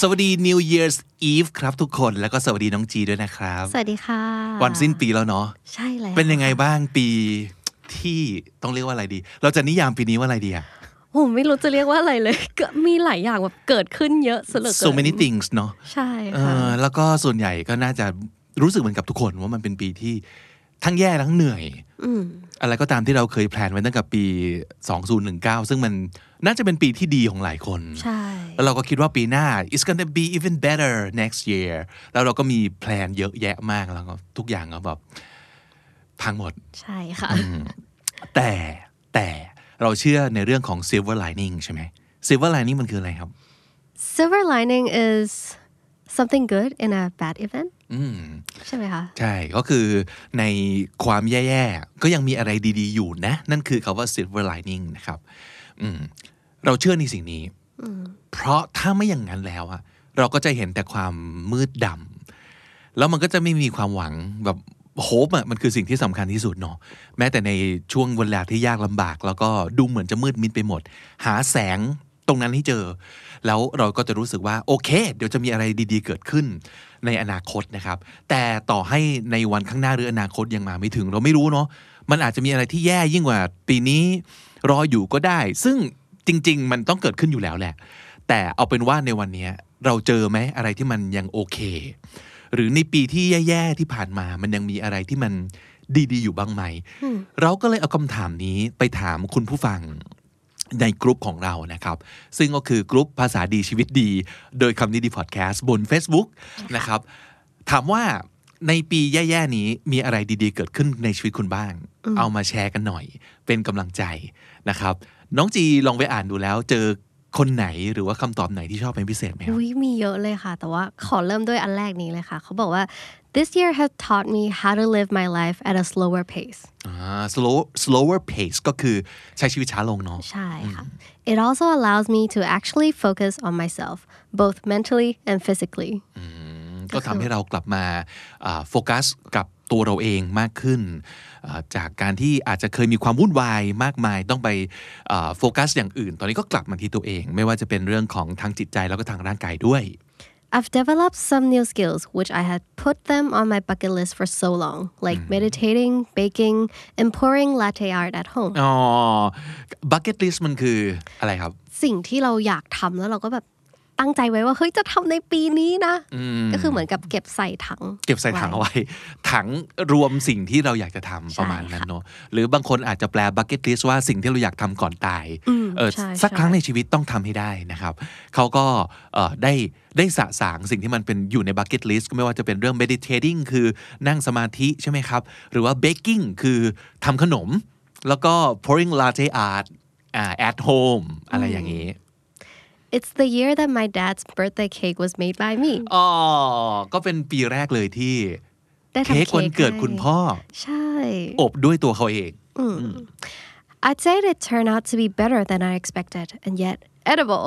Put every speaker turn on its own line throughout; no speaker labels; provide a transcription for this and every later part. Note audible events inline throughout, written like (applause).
สวัสดี New Year's Eve ครับทุกคนแล้วก็สวัสดีน้องจีด้วยนะครับ
สวัสดีค่ะ
วันสิ้นปีแล้วเนาะ
ใช่แล้ว
เป็นยังไงบ้างปีที่ต้องเรียกว่าอะไรดี เราจะนิยามปีนี้ว่าอะไรดีอะ
ผมไม่รู้จะเรียกว่าอะไรเลยก็มีหลายอย่างแบบเกิดขึ้นเยอะเสยเหลือเกิ
so many things เนาะ
ใช่
เอ
ค่ะ
อแล้วก็ส่วนใหญ่ก็น่าจะรู้สึกเหมือนกับทุกคนว่ามันเป็นปีที่ทั้งแย่ทั้งเหนื่อย
ม
อะไรก็ตามที่เราเคยแพลนไว้ตั้งแต่ปี 2019 ซึ่งมันน่าจะเป็นปีที่ดีของหลายคน
ใช่
แล้วเราก็คิดว่าปีหน้า it's gonna be even better next year แล้วเราก็มีแพลนเยอะแยะมากแล้วก็ทุกอย่างก็แบบพังหมด
ใช่ค่ะ
แต่แต่เราเชื่อในเรื่องของ silver lining ใช่ไหม silver lining มันคืออะไรครับ
silver lining is something good in a bad event
อืม
ใช่ไหมคะ
ใช่ ก็คือในความแย่ ๆ ก็ยังมีอะไรดีๆ อยู่นะ นั่นคือคาว่า silver lining นะครับอืมเราเชื่อในสิ่งนี้ เพราะถ้าไม่อย่างนั้นแล้วอะเราก็จะเห็นแต่ความมืดดำ แล้วมันก็จะไม่มีความหวังแบบโฮปอะมันคือสิ่งที่สำคัญที่สุดเนาะ แม้แต่ในช่วงเวลาที่ยากลำบาก แล้วก็ดูเหมือนจะมืดมิดไปหมด หาแสงตรงนั้นให้เจอ แล้วเราก็จะรู้สึกว่าโอเค เดี๋ยวจะมีอะไรดีๆ เกิดขึ้นในอนาคตนะครับ แต่ต่อให้ในวันข้างหน้าหรืออนาคตยังมาไม่ถึง เราไม่รู้เนาะ มันอาจจะมีอะไรที่แย่ยิ่งกว่าปีนี้รออยู่ก็ได้ ซึ่งจริง ๆ มันต้องเกิดขึ้นอยู่แล้วแหละ แต่เอาเป็นว่าในวันเนี้ยเราเจอไหมอะไรที่มันยังโอเค หรือในปีที่แย่ๆที่ผ่านมา มันยังมีอะไรที่มันดีๆ อยู่บ้างไหม เราก็เลยเอาคำถามนี้ไปถามคุณผู้ฟังในกลุ่มของเรานะครับ ซึ่งก็คือกลุ่มภาษาดีชีวิตดี โดยคำนี้ดีพอดแคสต์บน Facebook นะครับ ถามว่าในปีแย่ๆนี้มีอะไรดีๆ เกิดขึ้นในชีวิตคุณบ้าง เอามาแชร์กันหน่อย เป็นกำลังใจนะครับ น้องจีลองไปอ่านดูแล้ว เจอคนไหนหรือว่าคำตอบไหนที่ชอบเป็นพิเศษไหมครับ
อุ้ยมีเยอะเลยค่ะ แต่ว่าขอเริ่มด้วยอันแรกนี้เลยค่ะ เขาบอกว่า this year has taught me how to live my life at a slower pace
อ่า slow slower pace ก็คือใช้ชีวิตช้าลงเนาะ
ใช่ค่ะ it also allows me to actually focus on myself both mentally and physically
ก็ทำให้เรากลับมาอ่าโฟกัสกับตัวเราเองมากขึ้นอ่าจากการที่อาจจะเคยมีความวุ่นวายมากมายต้องไปอ่าโฟกัสอย่างอื่น ตอนนี้ก็กลับมาที่ตัวเอง ไม่ว่าจะเป็นเรื่องของทางจิตใจแล้วก็ทางร่างกายด้วย
I've developed some new skills which I had put them on my bucket list for so long, like meditating, baking, and pouring latte art at home.
อ๋อ bucket list มันคืออะไรครับ
สิ่งที่เราอยากทำแล้วเราก็แบบตั้งใจไว้ว่า เฮ้ย จะทำในปีนี้นะ ก็คือเหมือนกับเก็บใส่ถัง
เก็บใส่ถังเอาไว้ (laughs) ถังรวมสิ่งที่เราอยากจะทำประมาณนั้นเนอะหรือบางคนอาจจะแปล bucket list ว่าสิ่งที่เราอยากทำก่อนตายเออ
ใช่
สัก
ใช่
ครั้งในชีวิตต้องทำให้ได้นะครับเขาก็เอ่อได้ได้สะสางสิ่งที่มันเป็นอยู่ใน bucket list ก็ไม่ว่าจะเป็นเรื่อง meditating คือนั่งสมาธิใช่ไหมครับ หรือว่า baking คือทำขนม แล้วก็ pouring latte art อ่า at home อะไรอย่างนี้
It's the year that my dad's birthday cake was made by me
อ๋อ ก็เป็นปีแรกเลยที่
ได้ทำ
เค้กวันเกิดคุณพ่อ
ใช่
อบด้วยตัวเขาเอง
I'd say it turned out to be better than I expected and yet
(laughs)
edible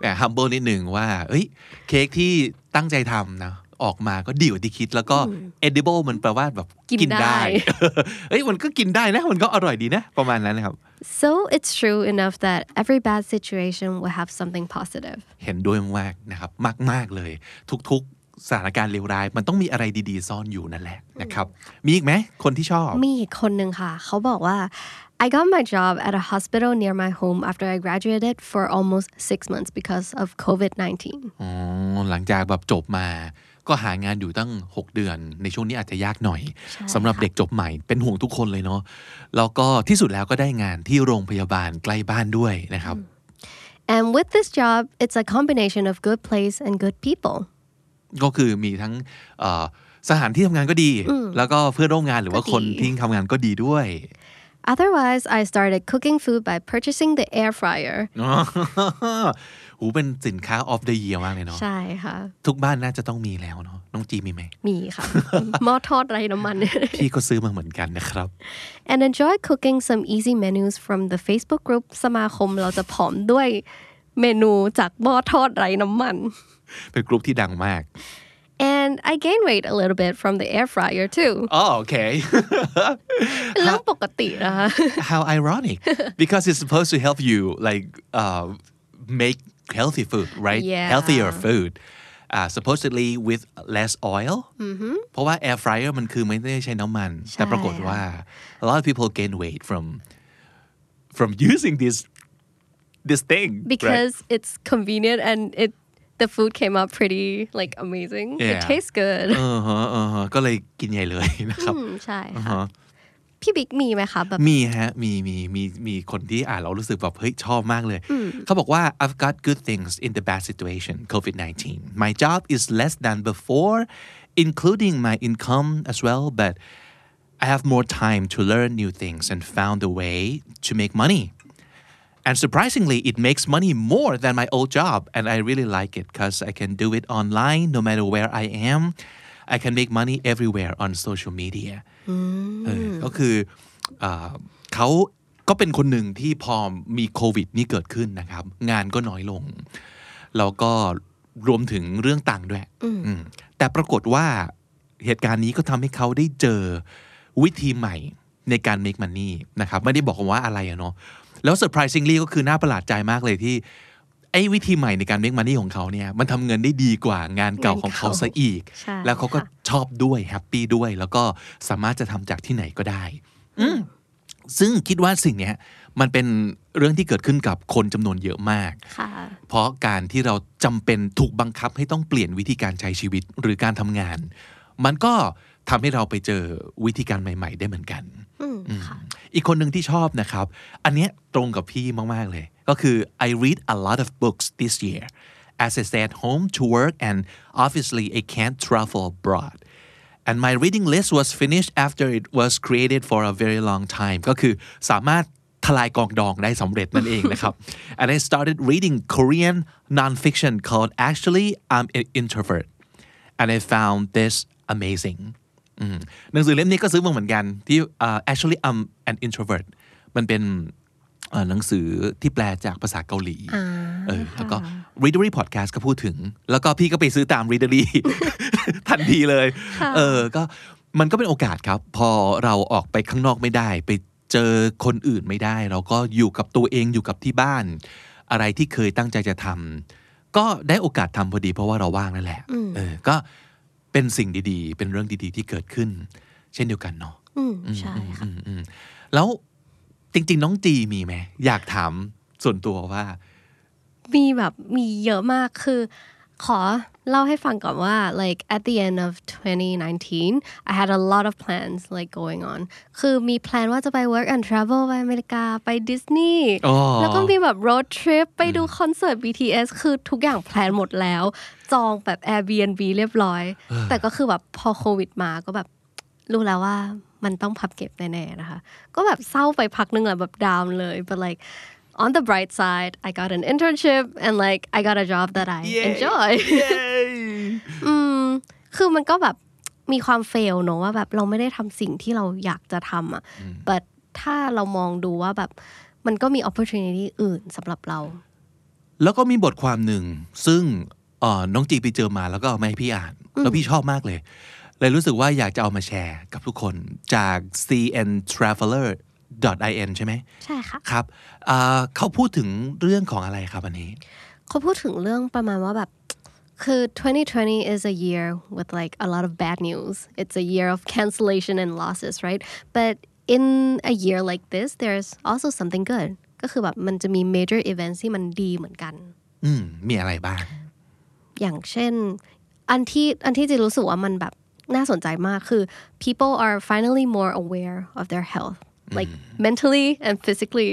แต่ humble นิดหนึ่งว่าเอ้ยเค้กที่ตั้งใจทำนะออกมาก็ดีกว่าที่คิด แล้วก็ edible มันแปลว่าแบบ
กินได้
(laughs) เอ้ยมันก็กินได้นะ มันก็อร่อยดีนะ ประมาณนั้นนะครับ
so it's true enough that every bad situation will have something positive
เห็นด้วยมากๆนะครับ มาก ๆ เลย ทุก ๆ สถานการณ์เลวร้าย มันต้องมีอะไรดีๆ ซ่อนอยู่นั่นแหละนะครับ มีอีกไหมคนที่ชอบ
มีอีกคนหนึ่งค่ะ เขาบอกว่า I got my job at a hospital near my home after I graduated for almost six months because of COVID-19
อ๋อหลังจากแบบจบมา ก็หางานอยู่ตั้ง 6 เดือน ในช่วงนี้อาจจะยากหน่อยสำหรับเด็กจบใหม่เป็นห่วงทุกคนเลยเนาะแล้วก็ที่สุดแล้วก็ได้งานที่โรงพยาบาลใกล้บ้านด้วยนะครับ
and with this job it's a combination of good place and good people
ก็คือมีทั้งเอ่อสถานที่ทำงานก็ดี แล้วก็เพื่อนร่วมงานหรือว่า
ก็ดี
คนที่ทำงานก็ดีด้วย (laughs)
otherwise I started cooking food by purchasing the air fryer
หูเป็นสินค้า of the year มากเลยเนาะ
ใช่ค่ะ
ทุกบ้านน่าจะต้องมีแล้วเนาะน้องจีมีไหม
มีค่ะ (laughs) หม้อทอดไร้น้ำมัน
พี่ก็ซื้อมาเหมือนกันนะครับ
(laughs) and enjoy cooking some easy menus from the Facebook group สมาคมเราจะผอมด้วยเมนูจากหม้อทอดไร้น้ำมัน
เป็นกลุ่มที่ดังมาก
and I gain weight a little bit from the air fryer too
(laughs) อ๋อโอเค
เป็นเรื่องปกตินะคะ
how (laughs) ironic because it's supposed to help you like uh, make healthy food right
Yeah.
healthier food uh, supposedly with less oil เพราะว่า air fryer มันคือไม่ Mm-hmm. ได้ใช้น้ำมัน แต่ปรากฏว่า a lot of people gain weight from from (laughs) using this this thing right?
because it's convenient and it the food came out pretty like amazing.
Yeah.
It tastes good.
เออฮะเออฮะ Uh-huh, ก็เลยกินใหญ่เลยนะครับ
ใช่ค่ะพี่บิ๊กมีไหมคะแบบ
มีฮะมีมีมีมีคนที่อ่านแล้วรู้สึกแบบเฮ้ยชอบมากเลย เขาบอกว่า I've got good things in the bad situation COVID 19 my job is less than before including my income as well but I have more time to learn new things and found a way to make money and surprisingly it makes money more than my old job and I really like it because I can do it online no matter where I am I can make money everywhere on social media เออก็คืออ่าเขาก็เป็นคนหนึ่งที่พอมีโควิดนี่เกิดขึ้นนะครับ งานก็น้อยลง แล้วก็รวมถึงเรื่องตังค์ด้วยอืมแต่ปรากฏว่าเหตุการณ์นี้ก็ทำให้เขาได้เจอวิธีใหม่ในการ make money นะครับ ไม่ได้บอกว่าอะไรอะเนาะแล้ว surprisingly ก็คือน่าประหลาดใจมากเลยที่ ไอ้วิธีใหม่ในการ make money ของเขาเนี่ยมันทำเงินได้ดีกว่างานเก่าของเขาซะอีก
ใช่
แล้วเขาก็ ชอบด้วยแฮปปี้ด้วยแล้วก็สามารถจะทำจากที่ไหนก็ได้ อืมซึ่งคิดว่าสิ่งเนี้ยมันเป็นเรื่องที่เกิดขึ้นกับคนจำนวนเยอะมาก
ค่ะ
เพราะการที่เราจำเป็นถูกบังคับให้ต้องเปลี่ยนวิธีการใช้ชีวิตหรือการทำงาน มันก็ทำให้เราไปเจอวิธีการใหม่ ๆ ได้เหมือนกัน
อืมค่ะ
อีกคนหนึ่งที่ชอบนะครับ อันเนี้ยตรงกับพี่มาก ๆ เลย ก็คือ I read a lot of books this year as I stay at home to work and obviously I can't travel abroad and my reading list was finished after it was created for a very long time ก็คือสามารถทลายกองดองได้สำเร็จนั่นเองนะครับ (laughs) and I started reading Korean nonfiction called actually I'm an introvert and I found this amazing อืมหนังสือเล่มนี้ก็ซื้อมาเหมือนกันที่อ่า actually I'm an introvert มันเป็นเอ่อหนังสือที่แปลจากภาษาเกาหลีเออแล้วก็ Readery Podcast ก็พูดถึง แล้วก็พี่ก็ไปซื้อตาม Readery (laughs) ทันทีเลย เออก็มันก็เป็นโอกาสครับ พอเราออกไปข้างนอกไม่ได้ ไปเจอคนอื่นไม่ได้ เราก็อยู่กับตัวเองอยู่กับที่บ้าน อะไรที่เคยตั้งใจจะทำก็ได้โอกาสทำพอดีเพราะว่าเราว่างนั่นแหละเออก็ เป็นสิ่งดีๆ เป็นเรื่องดีๆ ที่เกิดขึ้น เช่นเดียวกันเนาะ
อืมใช่ค่ะ
อืมๆแล้วจริง ๆ น้องจีมีไหม อยากถามส่วนตัวว่า
มีแบบมีเยอะมากคือ ขอเล่าให้ฟังก่อนว่า like at the end of 2019 I had a lot of plans like going on คือมีแพลนว่าจะไป work and travel ไปอเมริกาไปดิสนีย์
อ๋อ
แล้วก็มีแบบ road trip ไปดูคอนเสิร์ต BTS คือทุกอย่างแพลนหมดแล้ว จองแบบ Airbnb เรียบร้อย แต่ก็คือแบบพอโควิดมาก็แบบ รู้แล้วว่ามันต้องพับเก็บแน่ๆนะคะ ก็แบบเศร้าไปพักนึงแหละแบบดาวน์เลย but like on the bright side I got an internship and like I got a job that I enjoy (laughs) อืมคือมันก็แบบมีความเฟลเนอะว่าแบบเราไม่ได้ทำสิ่งที่เราอยากจะทำอ่ะ but ถ้าเรามองดูว่าแบบมันก็มี opportunity อื่นสำหรับเรา
แล้วก็มีบทความหนึ่ง ซึ่งเอ่อน้องจีไปเจอมาแล้วก็เอามาให้พี่อ่าน แล้วพี่ชอบมากเลย เลยรู้สึกว่าอยากจะเอามาแชร์กับทุกคนจาก cn traveler in ใช่ไหม
ใช่ค่ะ
ครับอ่าเขาพูดถึงเรื่องของอะไรครับอันนี้
เขาพูดถึงเรื่องประมาณว่าแบบคือ 2020 is a year with like a lot of bad news it's a year of cancellation and losses right but in a year like this there's also something good ก็คือแบบมันจะมี major events ที่มันดีเหมือนกัน
อืมมีอะไรบ้าง
อย่างเช่น อันที่อันที่จะรู้สึกว่ามันแบบน่าสนใจมากคือ people are finally more aware of their health like mentally and physically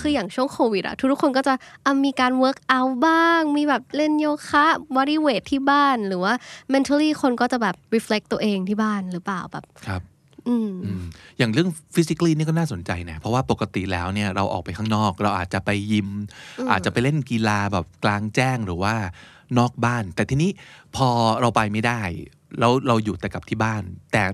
คืออย่างช่วงโควิดอะทุกๆคนก็จะอ่ะมีการ work out บ้าง มีแบบเล่นโยคะ body weight ที่บ้าน หรือว่า mentally คนก็จะแบบ reflect ตัวเองที่บ้านหรือเปล่าแบบ
ครับ
อืม
อืมอย่างเรื่องฟิสิก l ีนี่ก็น่าสนใจนะ เพราะว่าปกติแล้วเนี่ยเราออกไปข้างนอก เราอาจจะไปยิม อาจจะไปเล่นกีฬาแบบกลางแจ้งหรือว่านอกบ้าน แต่ทีนี้พอเราไปไม่ได้แล้วเราอยู่แต่กับที่บ้าน แต่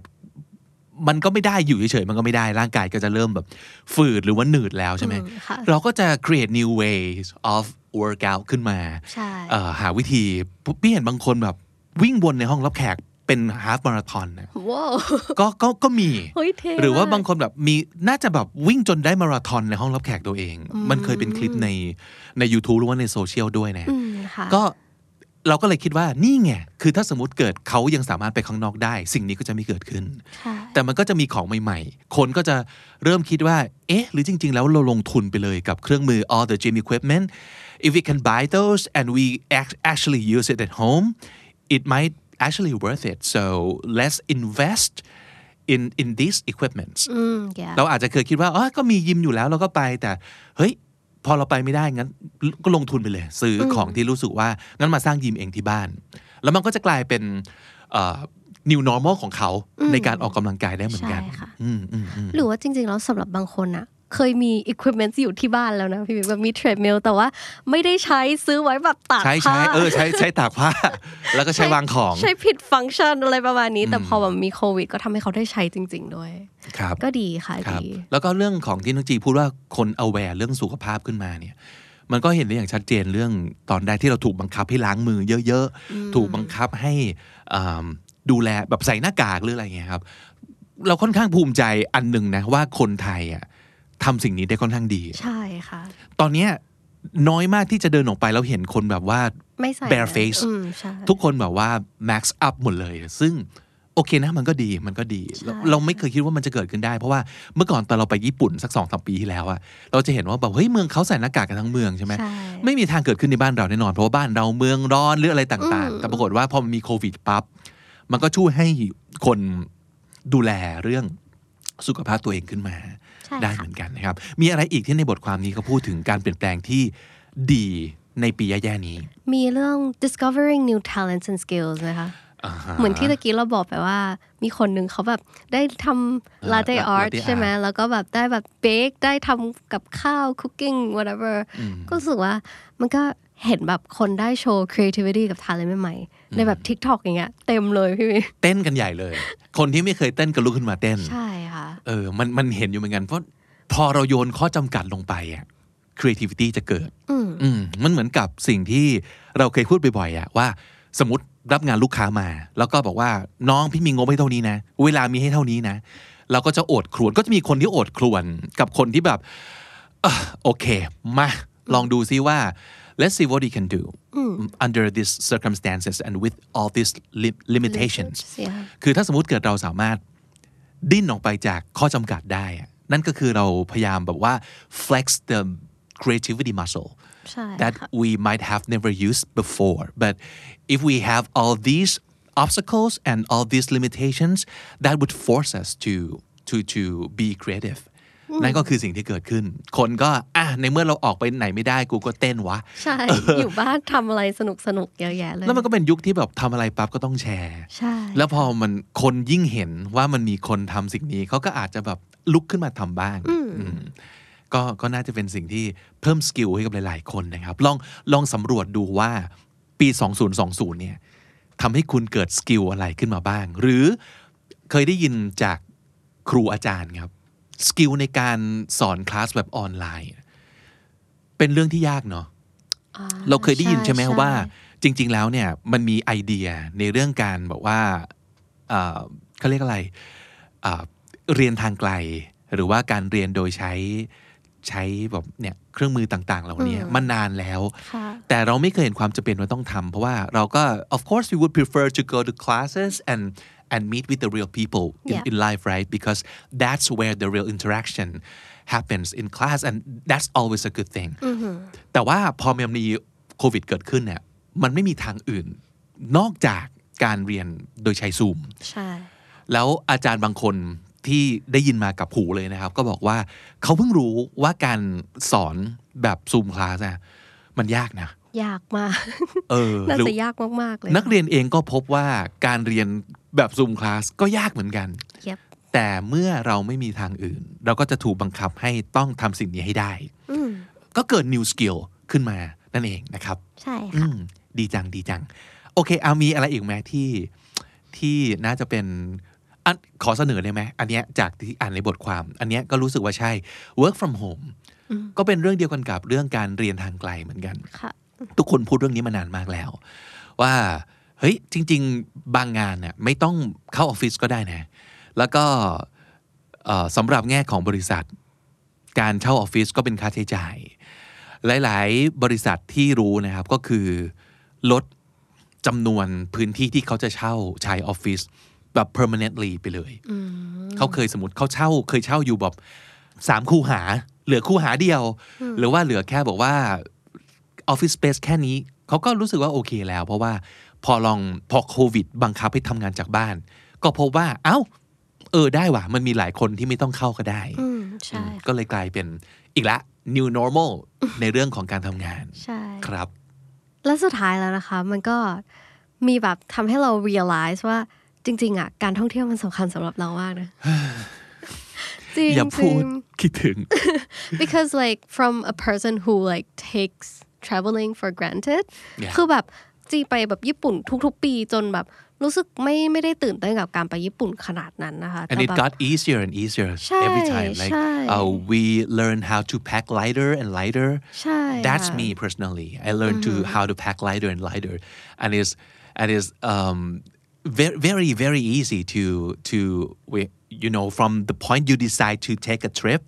มันก็ไม่ได้อยู่เฉยๆมันก็ไม่ได้ร่างกายก็จะเริ่มแบบฝืดหรือว่าหนืดแล้วใช่ไหม
อืมค่ะ
เราก็จะ create new ways of workout ขึ้นมา
ใช่
เอ่อหาวิธีพี่เห็นบางคนแบบวิ่งวนในห้องรับแขกเป็นฮาฟมาราธอนนะ
ว้ (laughs) าว
ก็ก็ก็มี
เฮ้ยเท่
หรือว่า
ะ
บางคนแบบมีน่าจะแบบวิ่งจนได้มาราธอนในห้องรับแขกตัวเอง มันเคยเป็นคลิปในใน YouTube หรือว่าในโซเชียลด้วยนะ
อืมค่ะ
ก็เราก็เลยคิดว่านี่ไง คือถ้าสมมติเกิดเขายังสามารถไปข้างนอกได้ สิ่งนี้ก็จะไม่เกิดขึ้น
ใช่
แต่มันก็จะมีของใหม่ๆ คนก็จะเริ่มคิดว่า เอ๊ะ หรือจริง ๆ แล้วเราลงทุนไปเลยกับเครื่องมือ all the gym equipment if we can buy those and we act- actually use it at home it might actually worth it so let's invest in in these equipments
อืมแก
เราอาจจะเคยคิดว่าอ๋อก็มียิมอยู่แล้วเราก็ไป แต่เฮ้ย พอเราไปไม่ได้งั้นก็ลงทุนไปเลย ซื้ออของที่รู้สึกว่า งั้นมาสร้างยิมเองที่บ้าน แล้วมันก็จะกลายเป็นเอ่อ new normal ของเขาในการออกกำลังกายได้เหมือน
ใช่
กัน
ค่ะ
อืมอืมอืม
หรือว่าจริง ๆ แล้วสำหรับบางคนอะเคยมี equipment อยู่ที่บ้านแล้วนะพี่บิ๊กแบบมีเทรดมิลแต่ว่าไม่ได้ใช้ซื้อไว้แบบตาก
ใช้
ผ้า
ใช้เออใช้ใช้ตากผ้า แล้วก็ใช้วางของ
ใช้ผิดฟังก์ชันอะไรประมาณนี้ แต่พอแบบมีโควิด ก็ทำให้เขาได้ใช้จริง ๆ ด้วย
ครับ
ก็ดีค่ะ
ครับ
ดี
แล้วก็เรื่องของที่น้องจีพูดว่าคนเอาแวร์เรื่องสุขภาพขึ้นมาเนี่ยมันก็เห็นได้อย่างชัดเจนเรื่องตอนแรกที่เราถูกบังคับให้ล้างมือเยอะๆ ถูกบังคับให้อ่ำดูแลแบบใส่หน้ากากหรืออะไรเงี้ยครับ เราค่อนข้างภูมิใจอันหนึ่งนะว่าคนไทยอ่ะทำสิ่งนี้ได้ค่อนข้างดี
ใช่ค่ะ
ตอนเนี้ยน้อยมากที่จะเดินออกไปแล้วเห็นคนแบบว่า
ไม่ใส่
bare face
อืมใช่
ทุกคนแบบว่า max up หมดเลย ซึ่งโอเคนะมันก็ดีมันก็ดีเรา
ใช่
เราไม่เคยคิดว่ามันจะเกิดขึ้นได้ เพราะว่าเมื่อก่อนตอนเราไปญี่ปุ่นสักสองสามปีที่แล้วอะเราจะเห็นว่าแบบเฮ้ยเมืองเขาใส่หน้ากากกันทั้งเมืองใช่ไหม
ใช่
ไม่มีทางเกิดขึ้นในบ้านเราแน่นอน เพราะว่าบ้านเราเมืองร้อนหรืออะไรต่าง ๆ แต่ปรากฏว่าพอมันมีโควิดปั๊บมันก็ช่วยให้คนดูแลเรื่องสุขภาพตัวเองขึ้นมา
ใช่
ได้
ค่ะ
เหมือนกันนะครับ มีอะไรอีกที่ในบทความนี้เขาพูดถึงการเปลี่ยนแปลงที่ดีในปีแย่ๆนี้
มีเรื่อง discovering new talents and skills นะคะ
าฮะ
เหมือนที่ตะกี้เราบอกไปว่า มีคนหนึ่งเขาแบบได้ท
ออ
ำ latte
latte
art
art
ใช่ไหมแล้วก็แบบได้แบบเบคได้ทำกับข้าว cooking whatever ก็รู้สึกว่ามันก็เห็นแบบคนได้โชว์ creativity กับ talent ใหม่ๆในแบบ TikTok อย่างเงี้ยเต็มเลยพี่วิ
เต้นกันใหญ่เลย คนที่ไม่เคยเต้นก็ลุกขึ้นมาเต้น
ใช่ค่ะ
เออ มัน มันเห็นอยู่เหมือนกัน เพราะพอเราโยนข้อจำกัดลงไปอะ creativity จะเกิด
อืม
อืมมันเหมือนกับสิ่งที่เราเคยพูดบ่อยๆอะว่า สมมติรับงานลูกค้ามา แล้วก็บอกว่าน้องพี่มีงบให้เท่านี้นะ เวลามีให้เท่านี้นะเราก็จะโอดครวนก็จะมีคนที่โอดครวนกับคนที่แบบเอ่อโอเค มาลองดูซิว่า let's see what he can do under these circumstances and with all these lim- limitations
Yeah.
คือถ้าสมมติเกิดเราสามารถ ดิ้นออกไปจากข้อจำกัดได้อะนั่นก็คือเราพยายามแบบว่า flex the creativity muscle
ใช่ค่ะ
that we might have never used before. But if we have all these obstacles and all these limitations, that would force us to to to be creative. นั่นก็คือสิ่งที่เกิดขึ้น คนก็อ่ะในเมื่อเราออกไปไหนไม่ได้กูก็เต้นวะ
ใช่ อยู่บ้านทำอะไรสนุกสนุกๆเยอะแยะเลย
แล้วมันก็เป็นยุคที่แบบทำอะไรปั๊บก็ต้องแชร์
ใช่
แล้วพอมันคนยิ่งเห็นว่ามันมีคนทำสิ่งนี้เขาก็อาจจะแบบลุกขึ้นมาทำบ้างอืมก็ก็น่าจะเป็นสิ่งที่เพิ่มสกิลให้กับหลาย ๆ คนนะครับ ลองลองสำรวจดูว่าปี 2020 เนี่ยทำให้คุณเกิดสกิลอะไรขึ้นมาบ้าง หรือเคยได้ยินจากครูอาจารย์ครับสกิลในการสอนคลาสแบบออนไลน์ เป็นเรื่องที่ยากเนาะ
อ่
เราเคยได้ยินใช่ไหมว่า
ใช่
จริง ๆ แล้วเนี่ยมันมีไอเดียในเรื่องการบอกว่าเอ่อเขาเรียกอะไรเอ่อเรียนทางไกล หรือว่าการเรียนโดยใช้ใช้แบบเนี่ยเครื่องมือต่างๆ เหล่านี้
อืม
มานานแล้ว
ค่ะ
แต่เราไม่เคยเห็นความจำเป็นว่าต้องทำเพราะว่าเราก็ of course we would prefer to go to classes and and meet with the real people in,
Yeah.
in life right because that's where the real interaction happens in class and that's always a good thing แต่ว่าพอมันมีโควิดเกิดขึ้นเนี่ยมันไม่มีทางอื่น นอกจากการเรียนโดยใช้ซูม
ใช่
แล้วอาจารย์บางคนที่ได้ยินมากับหูเลยนะครับ ก็บอกว่าเขาเพิ่งรู้ว่าการสอนแบบซูมคลาสอะมันยากนะ
ยากมาก (laughs)
เออ
น่า
หรือ
จะยากมาก ๆ เลย
นักเรียนเองก็พบว่าการเรียนแบบซูมคลาสก็ยากเหมือนกัน
เย็บ
แต่เมื่อเราไม่มีทางอื่น เราก็จะถูกบังคับให้ต้องทำสิ่งนี้ให้ได้
อืม
ก็เกิด new skill ขึ้นมานั่นเองนะครับ
ใช่
อื
ค่ะ
มดีจังดีจัง โอเค เอามีอะไรอีกไหมที่ที่น่าจะเป็นอันขอเสนอได้ไหมอันเนี้ยจากที่อ่านในบทความ อันเนี้ยก็รู้สึกว่าใช่ work from home
อืม
ก็เป็นเรื่องเดียวกันกับเรื่องการเรียนทางไกลเหมือนกัน
ค่ะ
ทุกคนพูดเรื่องนี้มานานมากแล้ว ว่าเฮ้ยจริง ๆ บางงานเนี่ยไม่ต้องเข้าออฟฟิศก็ได้นะ แล้วก็เอ่อสำหรับแง่ของบริษัท การเช่าออฟฟิศก็เป็นค่าใช้จ่าย หลาย ๆ บริษัทที่รู้นะครับก็คือลดจำนวนพื้นที่ที่เขาจะเช่าใช้ออฟฟิศแบบ permanently ไปเลย
อืม
เขาเคยสมมติเขาเช่าเคยเช่าอยู่แบบสามคูหา เหลือคูหาเดียว หรือว่าเหลือแค่บอกว่าออฟฟิศสเปซแค่นี้ เขาก็รู้สึกว่าโอเคแล้ว เพราะว่าพอลองพอโควิด บังคับให้ทำงานจากบ้าน ก็พบว่า เอ้า เออได้ว่ะ มันมีหลายคนที่ไม่ต้องเข้าก็ได้
อืม ใช่ค่ะ
ก็เลยกลายเป็นอีกละ new normal ในเรื่องของการทำงาน
ใช่
ครับ
และสุดท้ายแล้วนะคะ มันก็มีแบบทำให้เรา realize ว่าจริง ๆ อ่ะ การท่องเที่ยวมันสำคัญสำหรับเรามากนะ จริง
อย่า
จ
พู
ริ
ด
ง
คิดถึง
because like from a person who like takes traveling for granted
Yeah.
คือแบบจีไปแบบญี่ปุ่นทุกๆ ปีจนแบบรู้สึกไม่ไม่ได้ตื่นเต้นกับการไปญี่ปุ่นขนาดนั้นนะคะ
and
แต่
it
แบบ
got easier and easier
ใช่
every time like
ใช่
uh, we learn how to pack lighter and lighter
ใช่ค่ะ
that's me personally I learned to how to pack lighter and lighter and it's and it's um, very very very easy to to we- you know from the point you decide to take a trip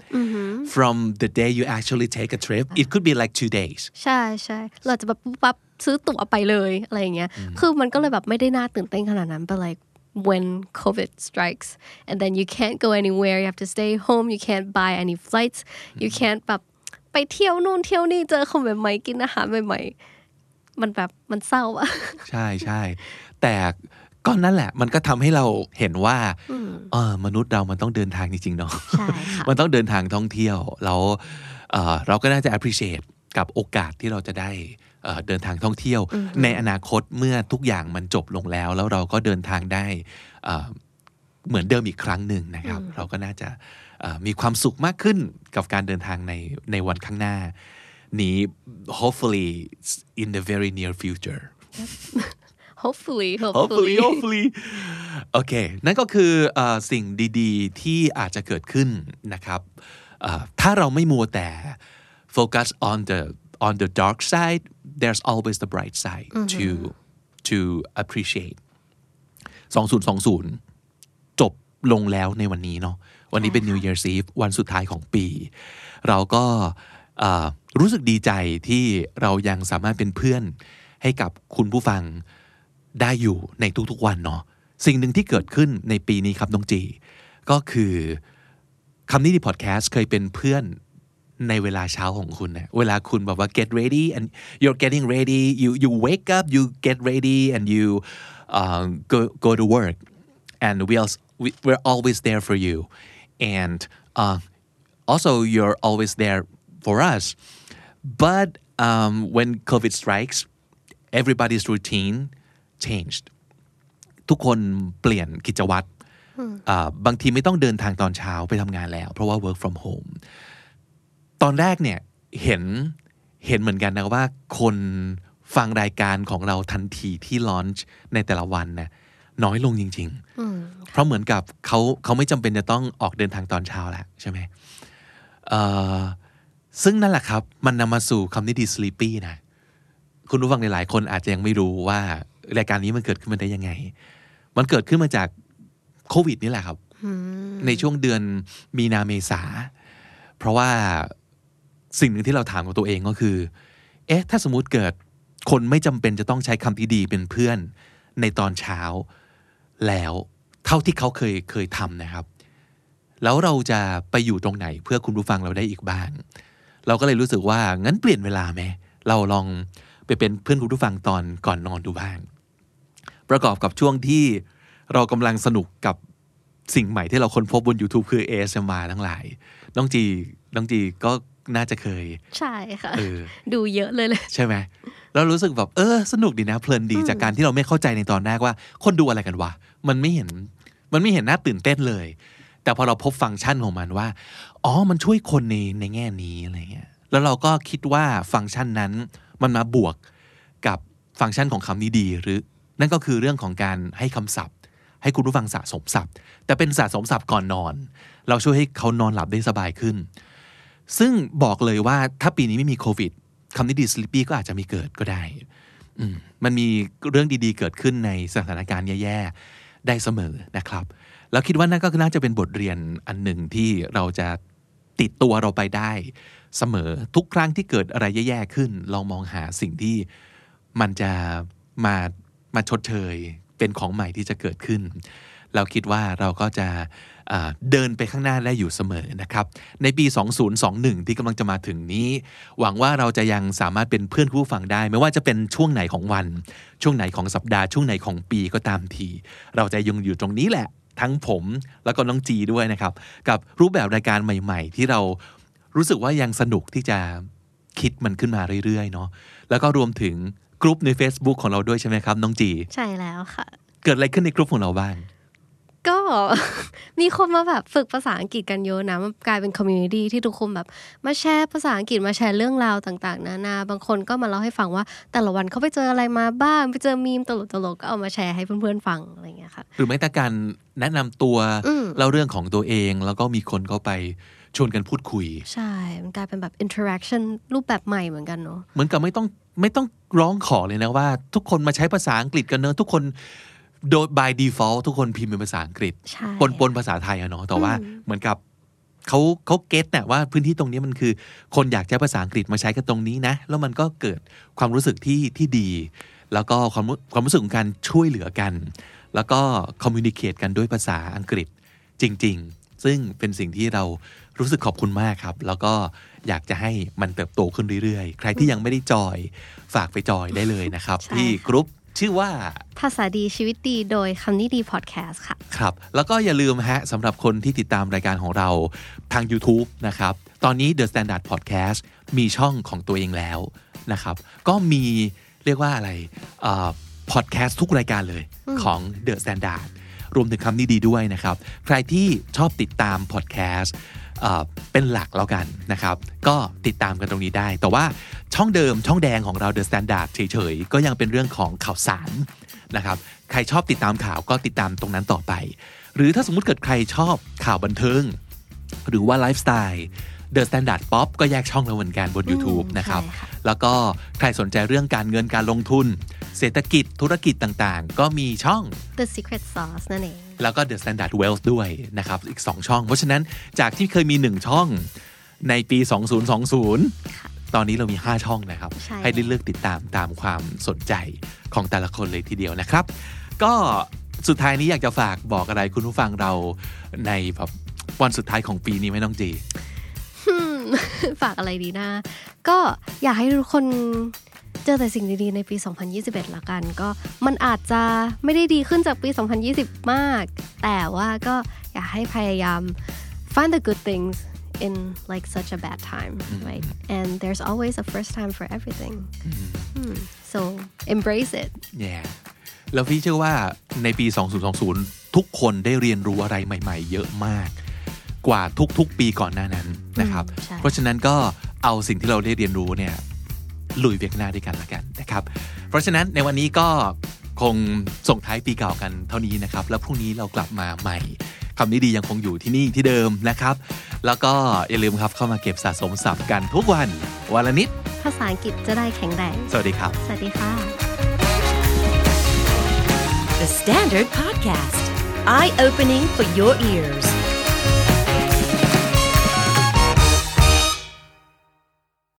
from the day you actually take a trip it could be like two days
ใช่ใช่เราจะแบบปุ๊บปั๊บซื้อตั๋วไปเลยอะไรอย่างเงี้ยคือมันก็เลยแบบไม่ได้น่าตื่นเต้นขนาดนั้น but like when COVID strikes and then you can't go anywhere you have to stay home you can't buy any flights you can't แบบไปเที่ยวนู่นเที่ยวนี่เจอคนใหม่ๆกินอาหารใหม่ๆมันแบบมันเศร้าอะ (laughs)
ใช่ใช่แต่ก็นั่นแหละมันก็ทำให้เราเห็นว่าเออมนุษย์เรามันต้องเดินทางจริงๆเนาะ
ใช่ค่ะ
(laughs) มันต้องเดินทางท่องเที่ยวแล้วเอ่อเราก็น่าจะ appreciate กับโอกาสที่เราจะได้เอ่อเดินทางท่องเที่ยว ในอนาคตเมื่อทุกอย่างมันจบลงแล้ว แล้วเราก็เดินทางได้เอ่อเหมือนเดิมอีกครั้งหนึ่งนะครับ เราก็น่าจะเอ่อมีความสุขมากขึ้นกับการเดินทางในในวันข้างหน้า นี้ hopefully in the very near future
hopefully
hopefully
hopefully
hopefully โอเค นั่นก็คือเอ่อสิ่งดีๆ ที่อาจจะเกิดขึ้นนะครับเอ่อถ้าเราไม่มัวแต่ focus on the on the dark side there's always the bright side to to appreciate 2020 จบลงแล้วในวันนี้เนาะ วันนี้เป็น New Year's Eve วันสุดท้ายของปี เราก็เอ่อรู้สึกดีใจที่เรายังสามารถเป็นเพื่อนให้กับคุณผู้ฟัง ได้อยู่ในทุกๆวันเนาะสิ่งหนึ่งที่เกิดขึ้นในปีนี้ครับน้องจี ก็คือคำนี้ดีพอดแคสต์เคยเป็นเพื่อนในเวลาเช้าของคุณเนะเวลาคุณแบบว่า get ready and you're getting ready you you wake up you get ready and you um, go go to work and we are we, we're always there for you and uh, also you're always there for us But um, when COVID strikes, everybody's routine changed. ทุกคนเปลี่ยนกิจวัตรอ่าบางทีไม่ต้องเดินทางตอนเช้าไปทำงานแล้ว เพราะว่า work from home ตอนแรกเนี่ยเห็นเห็นเหมือนกันนะว่าคนฟังรายการของเราทันทีที่ลอนช์ในแต่ละวันน่ะน้อยลงจริง ๆ เพราะเหมือนกับเขาเขาไม่จำเป็นจะต้องออกเดินทางตอนเช้าแล้วใช่ไหมเอ่อ ซึ่งนั่นแหละครับ มันนำมาสู่คำนิดี sleepy นะ คุณผู้ฟังหลายๆคนอาจจะยังไม่รู้ว่ารายการนี้มันเกิดขึ้นมาได้ยังไง มันเกิดขึ้นมาจากโควิดนี่แหละครับ ในช่วงเดือนมีนาเมษา เพราะว่าสิ่งหนึ่งที่เราถามกับตัวเองก็คือ เอ๊ะ ถ้าสมมุติเกิดคนไม่จำเป็นจะต้องใช้คำที่ดีเป็นเพื่อนในตอนเช้าแล้วเท่าที่เขาเคยเคยทำนะครับ แล้วเราจะไปอยู่ตรงไหนเพื่อคุณผู้ฟังเราได้อีกบ้าง เราก็เลยรู้สึกว่างั้นเปลี่ยนเวลาไหม เราลองไปเป็นเพื่อนคุณผู้ฟังตอนก่อนนอนดูบ้าง ประกอบกับช่วงที่เรากำลังสนุกกับสิ่งใหม่ที่เราค้นพบบน YouTube คือ ASMR ทั้งหลาย น้องจีน้องจีก็น่าจะเคย
ใช่ค่ะ
เออ
ดูเยอะเลยเลย
ใช่ไหมแล้วรู้สึกแบบเออสนุกดีนะเพลินดีจากการที่เราไม่เข้าใจในตอนแรกว่า คนดูอะไรกันวะ มันไม่เห็นมันไม่เห็นน่าตื่นเต้นเลย แต่พอเราพบฟังก์ชันของมันว่า อ๋อ มันช่วยคนในในแง่นี้อะไรเงี้ย แล้วเราก็คิดว่าฟังก์ชันนั้นมันมาบวกกับฟังก์ชันของคำนี้ดีหรือ นั่นก็คือเรื่องของการให้คำศัพท์ ให้คุณผู้ฟังสะสมศัพท์ แต่เป็นสะสมศัพท์ก่อนนอน เราช่วยให้เขานอนหลับได้สบายขึ้น ซึ่งบอกเลยว่าถ้าปีนี้ไม่มีโควิดคำนี้ดี sleepy ก็อาจจะไม่เกิดก็ได้ อืมมันมีเรื่องดีๆ เกิดขึ้นในสถานการณ์แย่ๆ ได้เสมอนะครับ แล้วคิดว่านั่นก็น่าจะเป็นบทเรียนอันหนึ่งที่เราจะติดตัวเราไปได้ เสมอทุกครั้งที่เกิดอะไรแย่ๆ ขึ้น ลองมองหาสิ่งที่มันจะมามาชดเชย เป็นของใหม่ที่จะเกิดขึ้น เราคิดว่าเราก็จะอ่าเดินไปข้างหน้าได้อยู่เสมอนะครับ ในปี 2021 ที่กำลังจะมาถึงนี้ หวังว่าเราจะยังสามารถเป็นเพื่อนผู้ฟังได้ ไม่ว่าจะเป็นช่วงไหนของวัน ช่วงไหนของสัปดาห์ช่วงไหนของปีก็ตามที เราจะยังอยู่ตรงนี้แหละ ทั้งผมแล้วก็น้องจีด้วยนะครับ กับรูปแบบรายการใหม่ ๆ ที่เรารู้สึกว่ายังสนุกที่จะ คิดมันขึ้นมาเรื่อย ๆ เนาะแล้วก็รวมถึงกลุ่มใน Facebook ของเราด้วยใช่ไหมครับ น้องจี
ใช่แล้วค่ะ
เกิดอะไรขึ้นในกลุ่มของเราบ้าง
ก็ (laughs) มีคนมาแบบฝึกภาษาอังกฤษกันเยอะนะมันกลายเป็นคอมมูนิตี้ที่ทุกคนแบบมาแชร์ภาษาอังกฤษมาแชร์เรื่องราวต่างๆนานาบางคนก็มาเล่าให้ฟังว่า แต่ละวันเขาไปเจออะไรมาบ้างไปเจอมีมตลกๆก็เอามาแชร์ให้เพื่อนๆฟังอะไรอย่างเงี้ยค่ะ
หรือแม้แต่การแนะนำตัว
อืม
เล่าเรื่องของตัวเอง แล้วก็มีคนเข้าไปชวนกันพูดคุย
ใช่ มันกลายเป็นแบบ interaction รูปแบบใหม่เหมือนกันเนาะ
เหมือนกับไม่ต้องไม่ต้องร้องขอเลยนะว่า ทุกคนมาใช้ภาษาอังกฤษกันเนอะทุกคนโดย by default ทุกคนพิมพ์เป็นภาษาอังกฤษ
ใช่
ปนปนภาษาไทยอะเนาะแต่ว่าเหมือนกับเขาเขาเก็ตน่ะว่าพื้นที่ตรงนี้มันคือ คนอยากใช้ภาษาอังกฤษมาใช้กันตรงนี้นะ แล้วมันก็เกิดความรู้สึกที่ที่ดี แล้วก็ความรู้ความรู้สึกของการช่วยเหลือกัน แล้วก็คอมมูนิเค e กันด้วยภาษาอังกฤษจริง ๆ ซึ่งเป็นสิ่งที่เรารู้สึกขอบคุณมากครับ แล้วก็อยากจะให้มันเติบโตขึ้นเรื่อยๆ ใครที่ยังไม่ได้จอยฝากไปจอยได้เลยนะครับ
ใช่
ที่กรุ๊ปชื่อว่า
ภาษาดีชีวิตดีโดยคำนี้ดีพอดแคสต์ค่ะ
ครับ แล้วก็อย่าลืมฮะสำหรับคนที่ติดตามรายการของเราทาง YouTube นะครับ ตอนนี้ The Standard Podcast มีช่องของตัวเองแล้วนะครับ ก็มีเรียกว่าอะไรพอดแคสต์ทุกรายการเลยของ The Standard รวมถึงคำนี้ดีด้วยนะครับ ใครที่ชอบติดตามพอดแคสต์ เอ่อเป็นหลักแล้วกันนะครับ ก็ติดตามกันตรงนี้ได้ แต่ว่าช่องเดิมช่องแดงของเรา The Standard เฉยๆ ก็ยังเป็นเรื่องของข่าวสารนะครับ ใครชอบติดตามข่าวก็ติดตามตรงนั้นต่อไป หรือถ้าสมมุติเกิดใครชอบข่าวบันเทิง หรือว่าไลฟ์สไตล์ The Standard Pop ก็แยกช่องแล้วเหมือนกันบน YouTube
อืม
นะครับ
ใช่ค่ะ
แล้วก็ใครสนใจเรื่องการเงินการลงทุน เศรษฐกิจธุรกิจต่างๆ ก็มีช่อง
The Secret Sauce นั่นเอง
แล้วก็ The Standard Wealth ด้วยนะครับ อีก 2 ช่อง เพราะฉะนั้นจากที่เคยมี 1 ช่องในปี
ค่ะ
2020 ตอนนี้เรามี 5 ช่องนะครับ
ใช่
ได้เลือกติดตามตามความสนใจของแต่ละคนเลยทีเดียวนะครับ ก็สุดท้ายนี้อยากจะฝากบอกอะไรคุณผู้ฟังเราในแบบวันสุดท้ายของปีนี้ไหมน้องจี
อืม ฝากอะไรดีนะ ก็อยากให้ทุกคนเจอแต่สิ่งดีๆ ในปี 2021 ละกัน ก็มันอาจจะไม่ได้ดีขึ้นจากปี 2020 มาก แต่ว่าก็อยากให้พยายาม find the good things in like such a bad time right and there's always a first time for everything Hmm. so embrace it
แย่แล้วพี่เชื่อว่าในปี 2020 ทุกคนได้เรียนรู้อะไรใหม่ ๆ เยอะมาก กว่าทุก ๆ ปีก่อนหน้านั้นนะครับ
อืมใช่
เพราะฉะนั้นก็เอาสิ่งที่เราได้เรียนรู้เนี่ย ลุยเวียกหน้าด้วยกันละกันนะครับ เพราะฉะนั้นในวันนี้ก็คงส่งท้ายปีเก่ากันเท่านี้นะครับ แล้วพรุ่งนี้เรากลับมาใหม่คำนี้ดียังคงอยู่ที่นี่ที่เดิมนะครับ แล้วก็อย่าลืมครับเข้ามาเก็บสะสมศัพท์กันทุกวันวันละนิด
ภาษาอังกฤษจะได้แข็งแรง
สวัสดีครับ
สวัสดีค่ะ
The Standard Podcast, eye opening for your ears.